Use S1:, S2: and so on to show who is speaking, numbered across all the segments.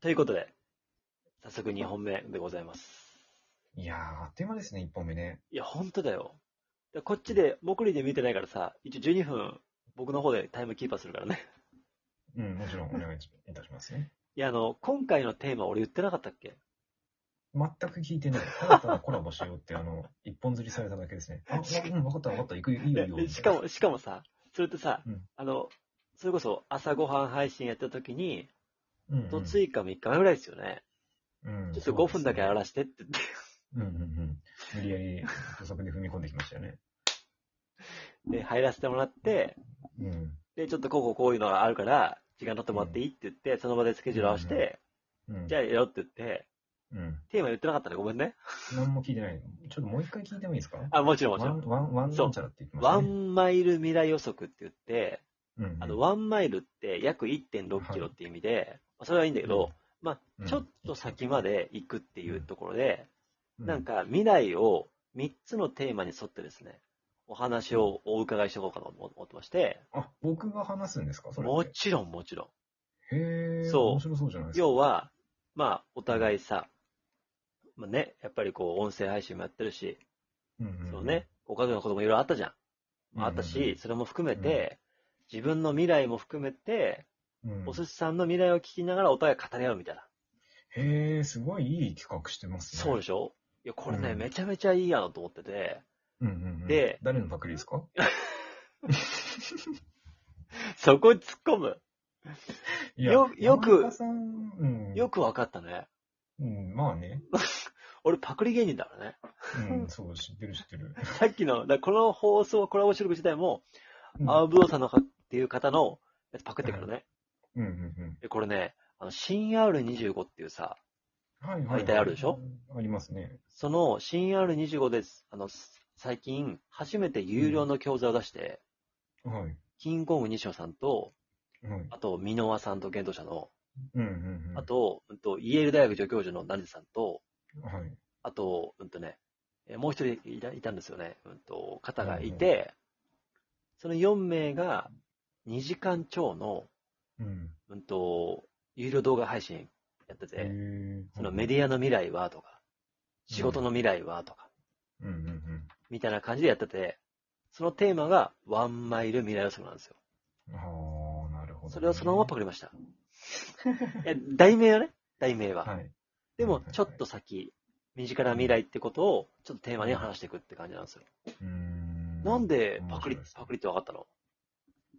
S1: ということで、早速2本目でございます。
S2: いやー、あっという間ですね、1本目ね。
S1: いや、ほんとだよ。でこっちで、僕りで見てないからさ、一応12分、僕の方でタイムキーパーするからね。
S2: うん、もちろんお願いいたしますね。
S1: いや、あの、今回のテーマ俺言ってなかったっけ
S2: 全く聞いてない。ただただコラボしようって、あの、一本釣りされただけで すね。あ、うん、分かった分かった、行くよ、いい
S1: い
S2: よ、
S1: や
S2: いい よ。
S1: しかも、しかもさ、それってさ、
S2: うん
S1: あの、それこそ朝ごはん配信やった時に、
S2: みたいな、
S1: と追加3日目ぐらいですよね。
S2: うんうん、
S1: ちょっと5分だけや
S2: ら。
S1: らしてって言って。
S2: うん、うん、うん。無理やり、土足で踏み込んできましたよね。
S1: で、入らせてもらって、
S2: うん。
S1: で、ちょっとこうこうこういうのがあるから、時間取ってもらっていいって言って、その場でスケジュール合わせて、
S2: うん。
S1: じゃあやろうって言って、
S2: うん。
S1: テーマ言ってなかったね。ごめんね。
S2: 何も聞いてない。ちょっともう一回聞いてもいいですか
S1: あ、もちろんもち
S2: ワ
S1: ろん
S2: ン、。ワン、ワン
S1: そう
S2: なんちゃらって言ってまし
S1: ワ
S2: たね。
S1: ンマイル未来予測って言って、
S2: ワン
S1: あの、ワンマイルって約1.6キロって意味で、それはいいんだけど、ま
S2: う
S1: あ、
S2: ん
S1: ちょっと先まで行くっていうところで、
S2: う
S1: なん、か未来を3つのテーマに沿ってですね、お話をお伺いしていこうかと思ってまして、
S2: あ、僕が話すんですかそれって。
S1: もちろんもちろん。
S2: へー、
S1: そう
S2: 面白そうじゃないですか。
S1: 要は、まあ、お互いさ、まあね、やっぱりこう、音声配信もやってるし、
S2: うん、うんん
S1: そうね、ご家族のこともいろいろあったじゃん。まああった
S2: うんうんう
S1: し
S2: ん、
S1: それも含めて、自分の未来も含めて、
S2: うん
S1: お寿司さんの未来を聞きながらお互い語り合うみたいな。
S2: へえ、すごいいい企画してますね。
S1: そうで
S2: し
S1: しょいや、これね、
S2: うん
S1: めちゃめちゃいいやなと思ってて、
S2: ょ。うんうんうん、
S1: で
S2: 誰のパクリですか
S1: そこに突っ込む。
S2: いや
S1: よよく
S2: 山中さん、うん、
S1: よくわかったね。
S2: うん、まあね。
S1: 俺パクリ芸人だからね。
S2: うん、そう、知ってる知ってる。
S1: さっきの、だからこの放送、コラボ収録自体も、
S2: うん
S1: 青ブドウさんのかっていう方のやつパクってからね。
S2: うんうん
S1: でこれね、あの、新 R25 っていうさ、
S2: うん。はいはい、
S1: 大体あるでしょ
S2: ありますね。
S1: その新 R25 です。あの、最近、初めて有料の教材を出して、
S2: はい。
S1: キングコング西野さんと、
S2: はい。
S1: あと、箕輪さんと幻冬者の、
S2: うんうんうん。
S1: あ、と、うんと、イェール大学助教授のナンジさんと、
S2: はい。
S1: あと、うんとね、えーもう一人いたいたんですよね、うんと、方がいて、その4名が2時間超の、
S2: うん。
S1: うんと、有料動画配信やってて、
S2: え
S1: そのメディアの未来はとか、
S2: うん
S1: 仕事の未来はとか、
S2: ア。うんうんうん。
S1: みたいな感じでやってて、そのテーマがワンマイル未来予測なんですよ。
S2: ああ、なるほど、
S1: それをそのままパクりました。いや題名はね、題名は。
S2: はい。
S1: で
S2: はい
S1: も
S2: はいは、い
S1: ちょっと先、身近な未来ってことを、ちょっとテーマに話していくって感じなんですよ。
S2: うーん。
S1: なんでパクリ、
S2: 面白いですね
S1: パクリって分かったの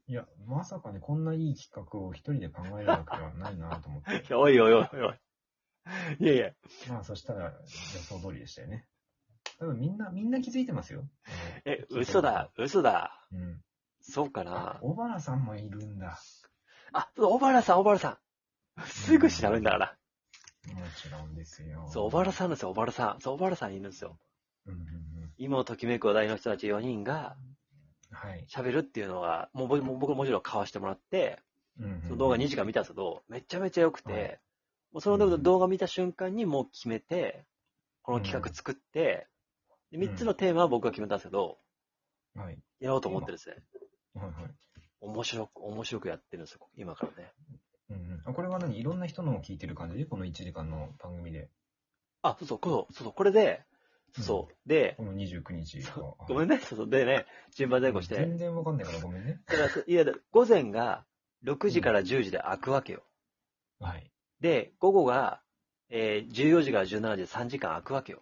S2: いや、まさかね、こんないい企画を一人で考えるわけではないなと思って
S1: い。や、おいおいおいおい。いやいや、
S2: まあ、そしたら予想通りでしたよね。多分みんな、みんな気づいてますよ。
S1: え、嘘だ、嘘だ。
S2: うん。
S1: そうか
S2: あ
S1: な、。
S2: 小原さんもいるんだ。
S1: あ、そう小原さん、小原さん。すぐ調べるんだから。
S2: もちろんですよ。
S1: そう、小原さんなんですよ、小原さん。そう、小原さんいるんですよ。
S2: ん。うんうんうん。
S1: 今をときめく話題の人たち4人が
S2: はい。
S1: 喋るっていうのが、もう僕も僕もちろん買わしてもらって、
S2: うんうんうん
S1: その動画2時間見たんですけど、めちゃめちゃ良くて、
S2: はい
S1: もうその動画見た瞬間にもう決めて、この企画作って、で3つのテーマは僕が決めたんですけど、
S2: はい。
S1: やろうと思ってですね、
S2: はいはい。
S1: 面白く、面白くやってるんですよ、今からね。
S2: うんうん、あこれは何いろんな人のを聞いてる感じこの1時間の番組で。
S1: あ、そうそう、こうそうそう、これで、そう、で、
S2: この29日は。
S1: ごめ
S2: ん、
S1: んね、 そうそう、でね、順番前後して、
S2: 全然わかんないからごめんね。
S1: だから、いや、だ午前が6時から10時で開くわけよ。
S2: はい。
S1: で、午後が、えー14時から17時で3時間開くわけよ。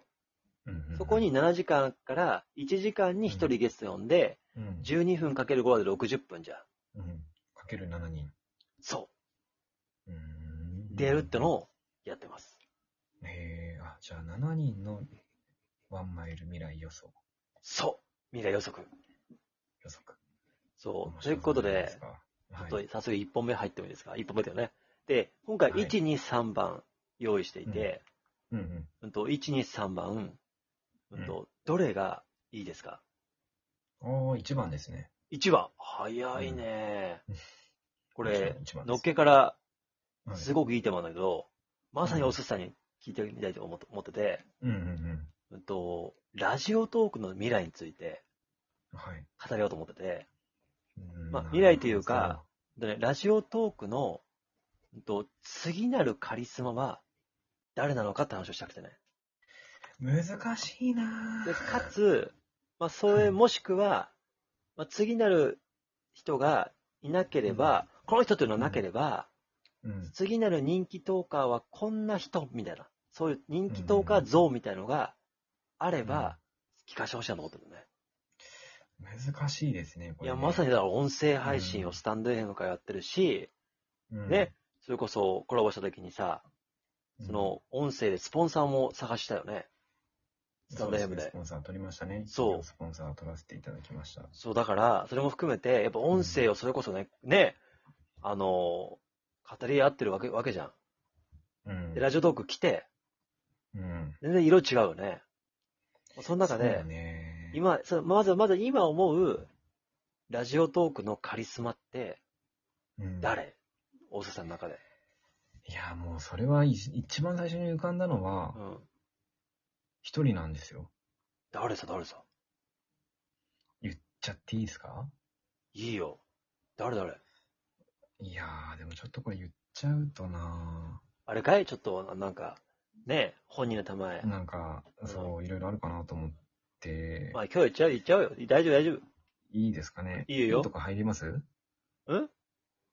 S2: うんうんうん
S1: そこに、7時間から1時間に1人ゲスト呼んで、
S2: うん
S1: 12分かける5で60分じゃん。
S2: うん、かける7人。
S1: そうう。
S2: ん
S1: でやるってのをやってます。
S2: へえ、あ、じゃあ7人のワンマイル未来予想、
S1: そう。未来予測。
S2: 予測。
S1: そう。ということ
S2: 面白
S1: で
S2: そ、うじゃないです
S1: ち
S2: か、
S1: ょ
S2: は
S1: っ
S2: い。
S1: と早速1本目入ってもいいですか ?1 本目だよね。で、今回、
S2: はい
S1: 1、2、3番用意していて、
S2: うんうん。
S1: うんと、1、2、3番、うん
S2: う
S1: と、どれがいいですか
S2: おー、1番ですね。
S1: ?1 番。早いね。これ、
S2: 一番です、
S1: のっけから
S2: はい
S1: すごくいいテーマなんだけど、まさにおすさんに聞いてみたいと思って思ってて、
S2: うんうんうん。
S1: うんと、ラジオトークの未来について
S2: はい。
S1: 語りようと思ってて、
S2: うん
S1: まあ未来というか、でねラジオトークのうんと次なるカリスマは誰なのかって話をしたくてね。
S2: 難しいな
S1: でかつ、まあ、それもしくは、まあ、次なる人がいなければ、この人というのはなければ、
S2: うん。
S1: 次なる人気トーカーはこんな人みたいな、そういう人気トーカー像みたいのがあれば、聞かせてほしいなと思ってるのね。
S2: 難しいですね、こ
S1: い
S2: れ、
S1: や、まさにだから音声配
S2: う
S1: 信
S2: ん
S1: をスタンド FM からやってるし、
S2: に
S1: ね、それこそコラボした時にさ、そ、の音声でスポンサーも探したよね。
S2: うん
S1: スタンド
S2: そう
S1: FM
S2: ですね
S1: で
S2: ス。ポンサー取りましたね。
S1: そう
S2: スポンサー取らせていただきました。
S1: そう、だから、それも含めて、やっぱ音声をそれこそね、ね、あのー、語り合ってるわけわけじゃ
S2: うん
S1: ん。で、。ラジオトーク来て、
S2: うん。
S1: 全然色違うよね。その中
S2: そう
S1: で
S2: だ、ね、
S1: 今、そのまず、まず今思う、ラジオトークのカリスマって
S2: うん
S1: 誰、大瀬さんの中で。
S2: いや、もうそれはい一番最初に浮かんだのは
S1: う、ん。
S2: 一人なんですよ。
S1: 誰さ、誰さ。
S2: 言っちゃっていいですか
S1: いいよ。誰誰
S2: いやー、でもちょっとこれ言っちゃうとな
S1: あれかいちょっと、なんか、ね、本人の名前。
S2: なんか、そう、いろいろあるかなと思って、
S1: まあ、今日言っちゃう、言っちゃうよ。大丈夫、大 丈夫。
S2: いいですかね。
S1: いいよ
S2: ピーとか入りますん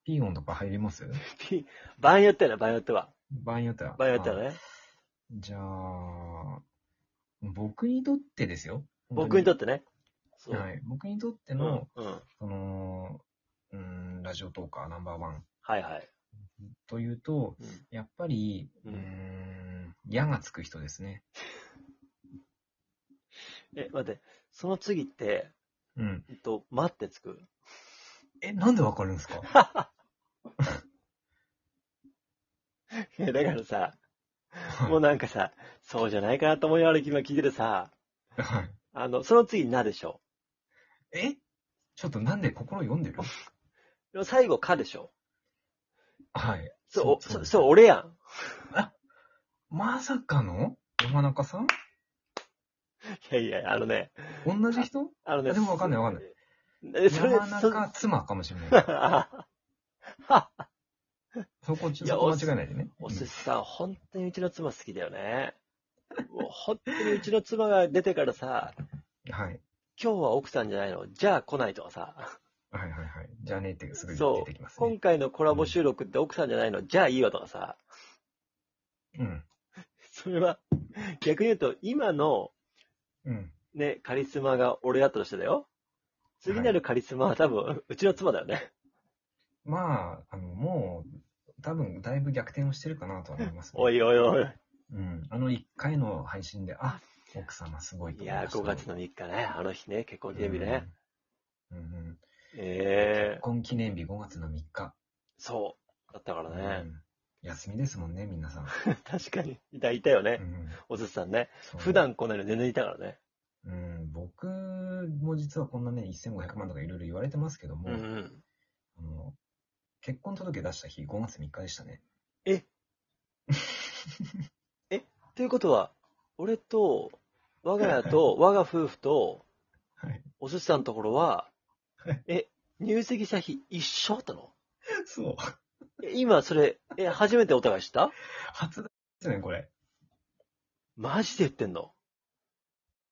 S2: ピー音とか入ります
S1: ピ場合によってはね、場合によっては。
S2: 場合によっては。
S1: 場合によっては
S2: あ
S1: ね。
S2: じゃあ、僕にとってですよ。
S1: 僕にと
S2: っ
S1: ってね。そ
S2: て。は
S1: う。
S2: い。僕にとって
S1: う
S2: の
S1: ん、。うん。
S2: その、うん、ラジオトーカーナンバーワン
S1: はいはい。
S2: というと、
S1: うん
S2: やっぱり、
S1: う
S2: うんーん、矢がつく人ですね。
S1: え、待って、その次って、
S2: うん。
S1: えっと、待ってつく。
S2: え、なんでわかるんですか
S1: いやだからさ、もうなんかさ、そうじゃないかなと思いながら今聞いてるさ、
S2: はい
S1: あの、その次なでしょ。
S2: えちょっとなんで心読 んでる
S1: でも最後かでしょ。
S2: はい。
S1: そう、
S2: そう
S1: そ
S2: で
S1: う、
S2: す
S1: そう俺やん。
S2: まさかの山中さん
S1: いやいや、あのね、
S2: 同じ人
S1: あのね。
S2: あでもわかんないわかん
S1: ない。え、それ、
S2: 山
S1: そ
S2: 中妻かもしれない。そこ、そ
S1: いや
S2: こ間違えないでね。
S1: お寿司さん、本当にうちの妻好きだよね。もう本当にうちの妻が出てからさ、
S2: うんはい。
S1: 今日は奥さんじゃないのじゃあ来ないとかさ、
S2: はいはいはい。じゃあねってすぐ
S1: そ
S2: 出
S1: う
S2: てきますね
S1: 今。回のコラボ収録って奥さんじゃないのじゃあいいわとかさ、
S2: うん。
S1: それは逆に言うと今の
S2: うん。
S1: ね、カリスマが俺だったとしてだよ。次なるカリスマは多分、うちの妻だよね。
S2: まあ、あの、もう、多分、だいぶ逆転をしてるかなとは思います、ね。
S1: おいおいおい。
S2: うん。あの、一回の配信で、あ、奥様すごいと
S1: い
S2: 思いま
S1: やー、
S2: した
S1: 5月の3日ね、あの日ね、結婚記念日ね。。
S2: うんうんうん。
S1: ええ
S2: 結婚記念日5月の3日。
S1: そう。だったからね。
S2: うん休みですもんね、皆 さん。
S1: 確かに。いた、いたよね
S2: う。ん
S1: お寿司さんね。
S2: そう
S1: 普段来ないの全然いたからね。
S2: うん、僕も実はこんなね、1500万とかいろいろ言われてますけども、
S1: うんうん。
S2: あの結婚届出した日、5月3日でした ね。
S1: えということは、俺と、我が家と、我が夫婦と、
S2: はい。
S1: お寿司さんのところは
S2: はい、
S1: え、入籍した日一緒だったの
S2: そう。
S1: え今それ、え、初めてお互い知った
S2: 初ですね、これ。
S1: マジで言ってんの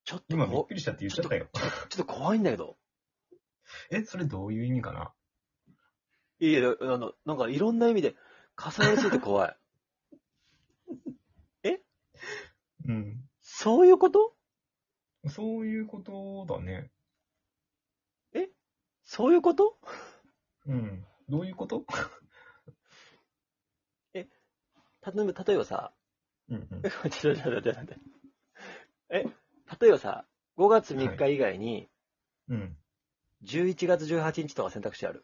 S1: ちょっと
S2: 今
S1: こ、
S2: びっくりしたって言っちゃったよ。
S1: ちょっと怖いんだけど。
S2: え、それどういう意味かない
S1: やいや、あの、なんかいろんな意味で重なりすぎて怖い。
S2: うん。
S1: そういうこと
S2: そういうことだね。
S1: そういうこと
S2: うん。どういうこと
S1: たとえば例えばさ、
S2: うんうん。
S1: ちょっと待って待って待って。え、例えばさ、5月3日以外に、
S2: うん。
S1: 11月18日とか選択肢ある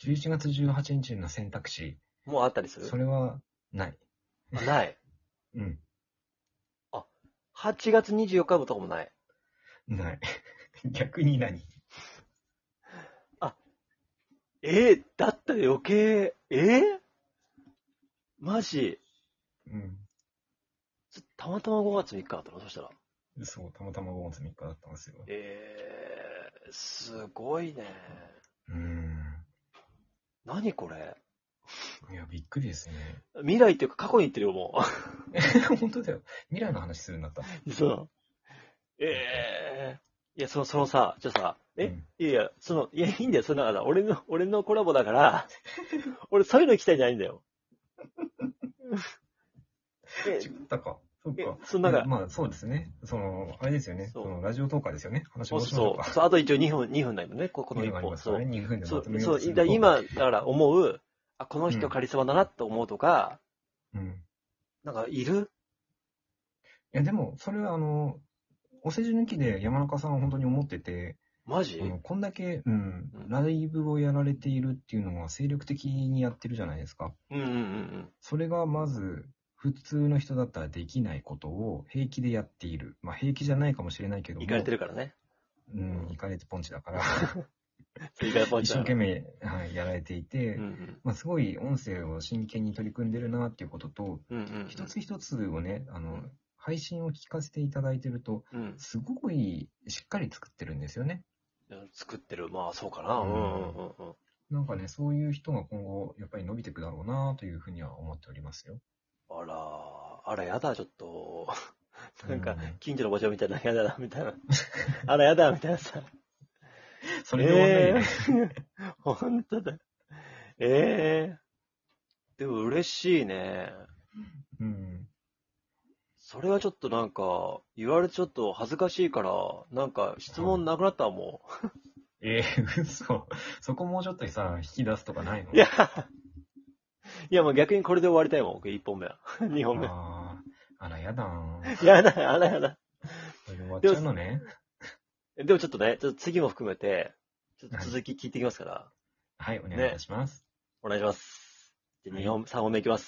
S2: 11月18日の選択肢、
S1: もうあったりする
S2: それはない。
S1: あない。
S2: うん。
S1: 8月24日とかもない。
S2: ない。 逆に何
S1: えー、だったら余計、えー、マジ
S2: うん。
S1: そたまたま5月3日だったのそしたら。
S2: そう、たまたま5月3日だったんですよ。
S1: えー、すごいね。
S2: うーん。
S1: 何これ
S2: いや、びっくりですね。
S1: 未来っていうか過去に行ってるよ、も
S2: 本当だよ。未来の話するんだった。
S1: う。 そう。ええいや、その、そのさ、じゃあさ、え、
S2: うん
S1: いやいや、その、いや、いいんだよ、そのだから、俺の、俺のコラボだ から、俺そういうの行きたいんじゃないんだ よ。え
S2: 違ったか。そっ
S1: え
S2: か。
S1: そのなんか、
S2: まあ、そうですね。その、あれですよね。
S1: そう
S2: そのラジオトーカーですよね。話
S1: そう
S2: 戻しましょう
S1: そう
S2: か。
S1: そう、あと一応2分、2分だよね、ここの
S2: 二
S1: 一
S2: 分あり
S1: 本。
S2: ます
S1: そ
S2: から
S1: う
S2: ね。。2分で
S1: そ
S2: ま
S1: う
S2: とめ、よ
S1: そう
S2: とする
S1: だ
S2: と
S1: 今、だから思う、あ、この人
S2: うん
S1: カリスマだなって思うとか、
S2: うん。い
S1: なんかいる
S2: や、でも、それはあの、お世辞抜きで山中さんは本当に思ってて、
S1: マジ、
S2: あのこんだけ、うん
S1: うん、
S2: ライブをやられているっていうのは精力的にやってるじゃないですか。
S1: うんうんうん
S2: それがまず、普通の人だったらできないことを平気でやっている。まあ平気じゃないかもしれないけ
S1: う
S2: ど
S1: ん。
S2: も。
S1: 行かれてるからね。
S2: うん、行かれてポンチだから。
S1: 行かれポンチ
S2: 一生
S1: だか
S2: 懸
S1: ら。
S2: 命、はい、やられていて、
S1: うんうん
S2: まあ、すごい音声を真剣に取り組んでるなっていうことと、
S1: うんうんうん。
S2: 一つ一つをね、あ
S1: う
S2: の
S1: ん、
S2: 配信を聞かせていただいてると、
S1: うん。
S2: すごくいい、しっかり作ってるんですよね。
S1: 作ってる。まあ、そうかな。う
S2: うんん
S1: うんうんうん。
S2: なんかね、そういう人が今後、やっぱり伸びていくだろうなというふうには思っておりますよ。
S1: あら、あら、やだ、ちょっと。なん
S2: う
S1: か
S2: ん、
S1: 近所のおばちゃんみたいな、やだ、みたいな。あら、やだ、みたいなさ。
S2: それで終わんないよね。
S1: えー 本当だ。ええでも嬉しいね。
S2: うん。
S1: それはちょっとなんか、言われてちょっと恥ずかしいから、なんか質問なくなったわも
S2: えー、嘘。そこもうちょっとさ、引き出すとかないの
S1: う。いや、いやもう逆にこれで終わりたいもん、僕1本目 は。2本目。
S2: あーあら、やだー。
S1: やだ、あらやだ。
S2: それで終わっちゃうのね。
S1: でもちょっとね、ちょっと次も含めて、ちょっと続き聞いていきますから、
S2: はい、お願いいたします。
S1: お願いします。じゃあ
S2: はい
S1: 2本、3本目いきます。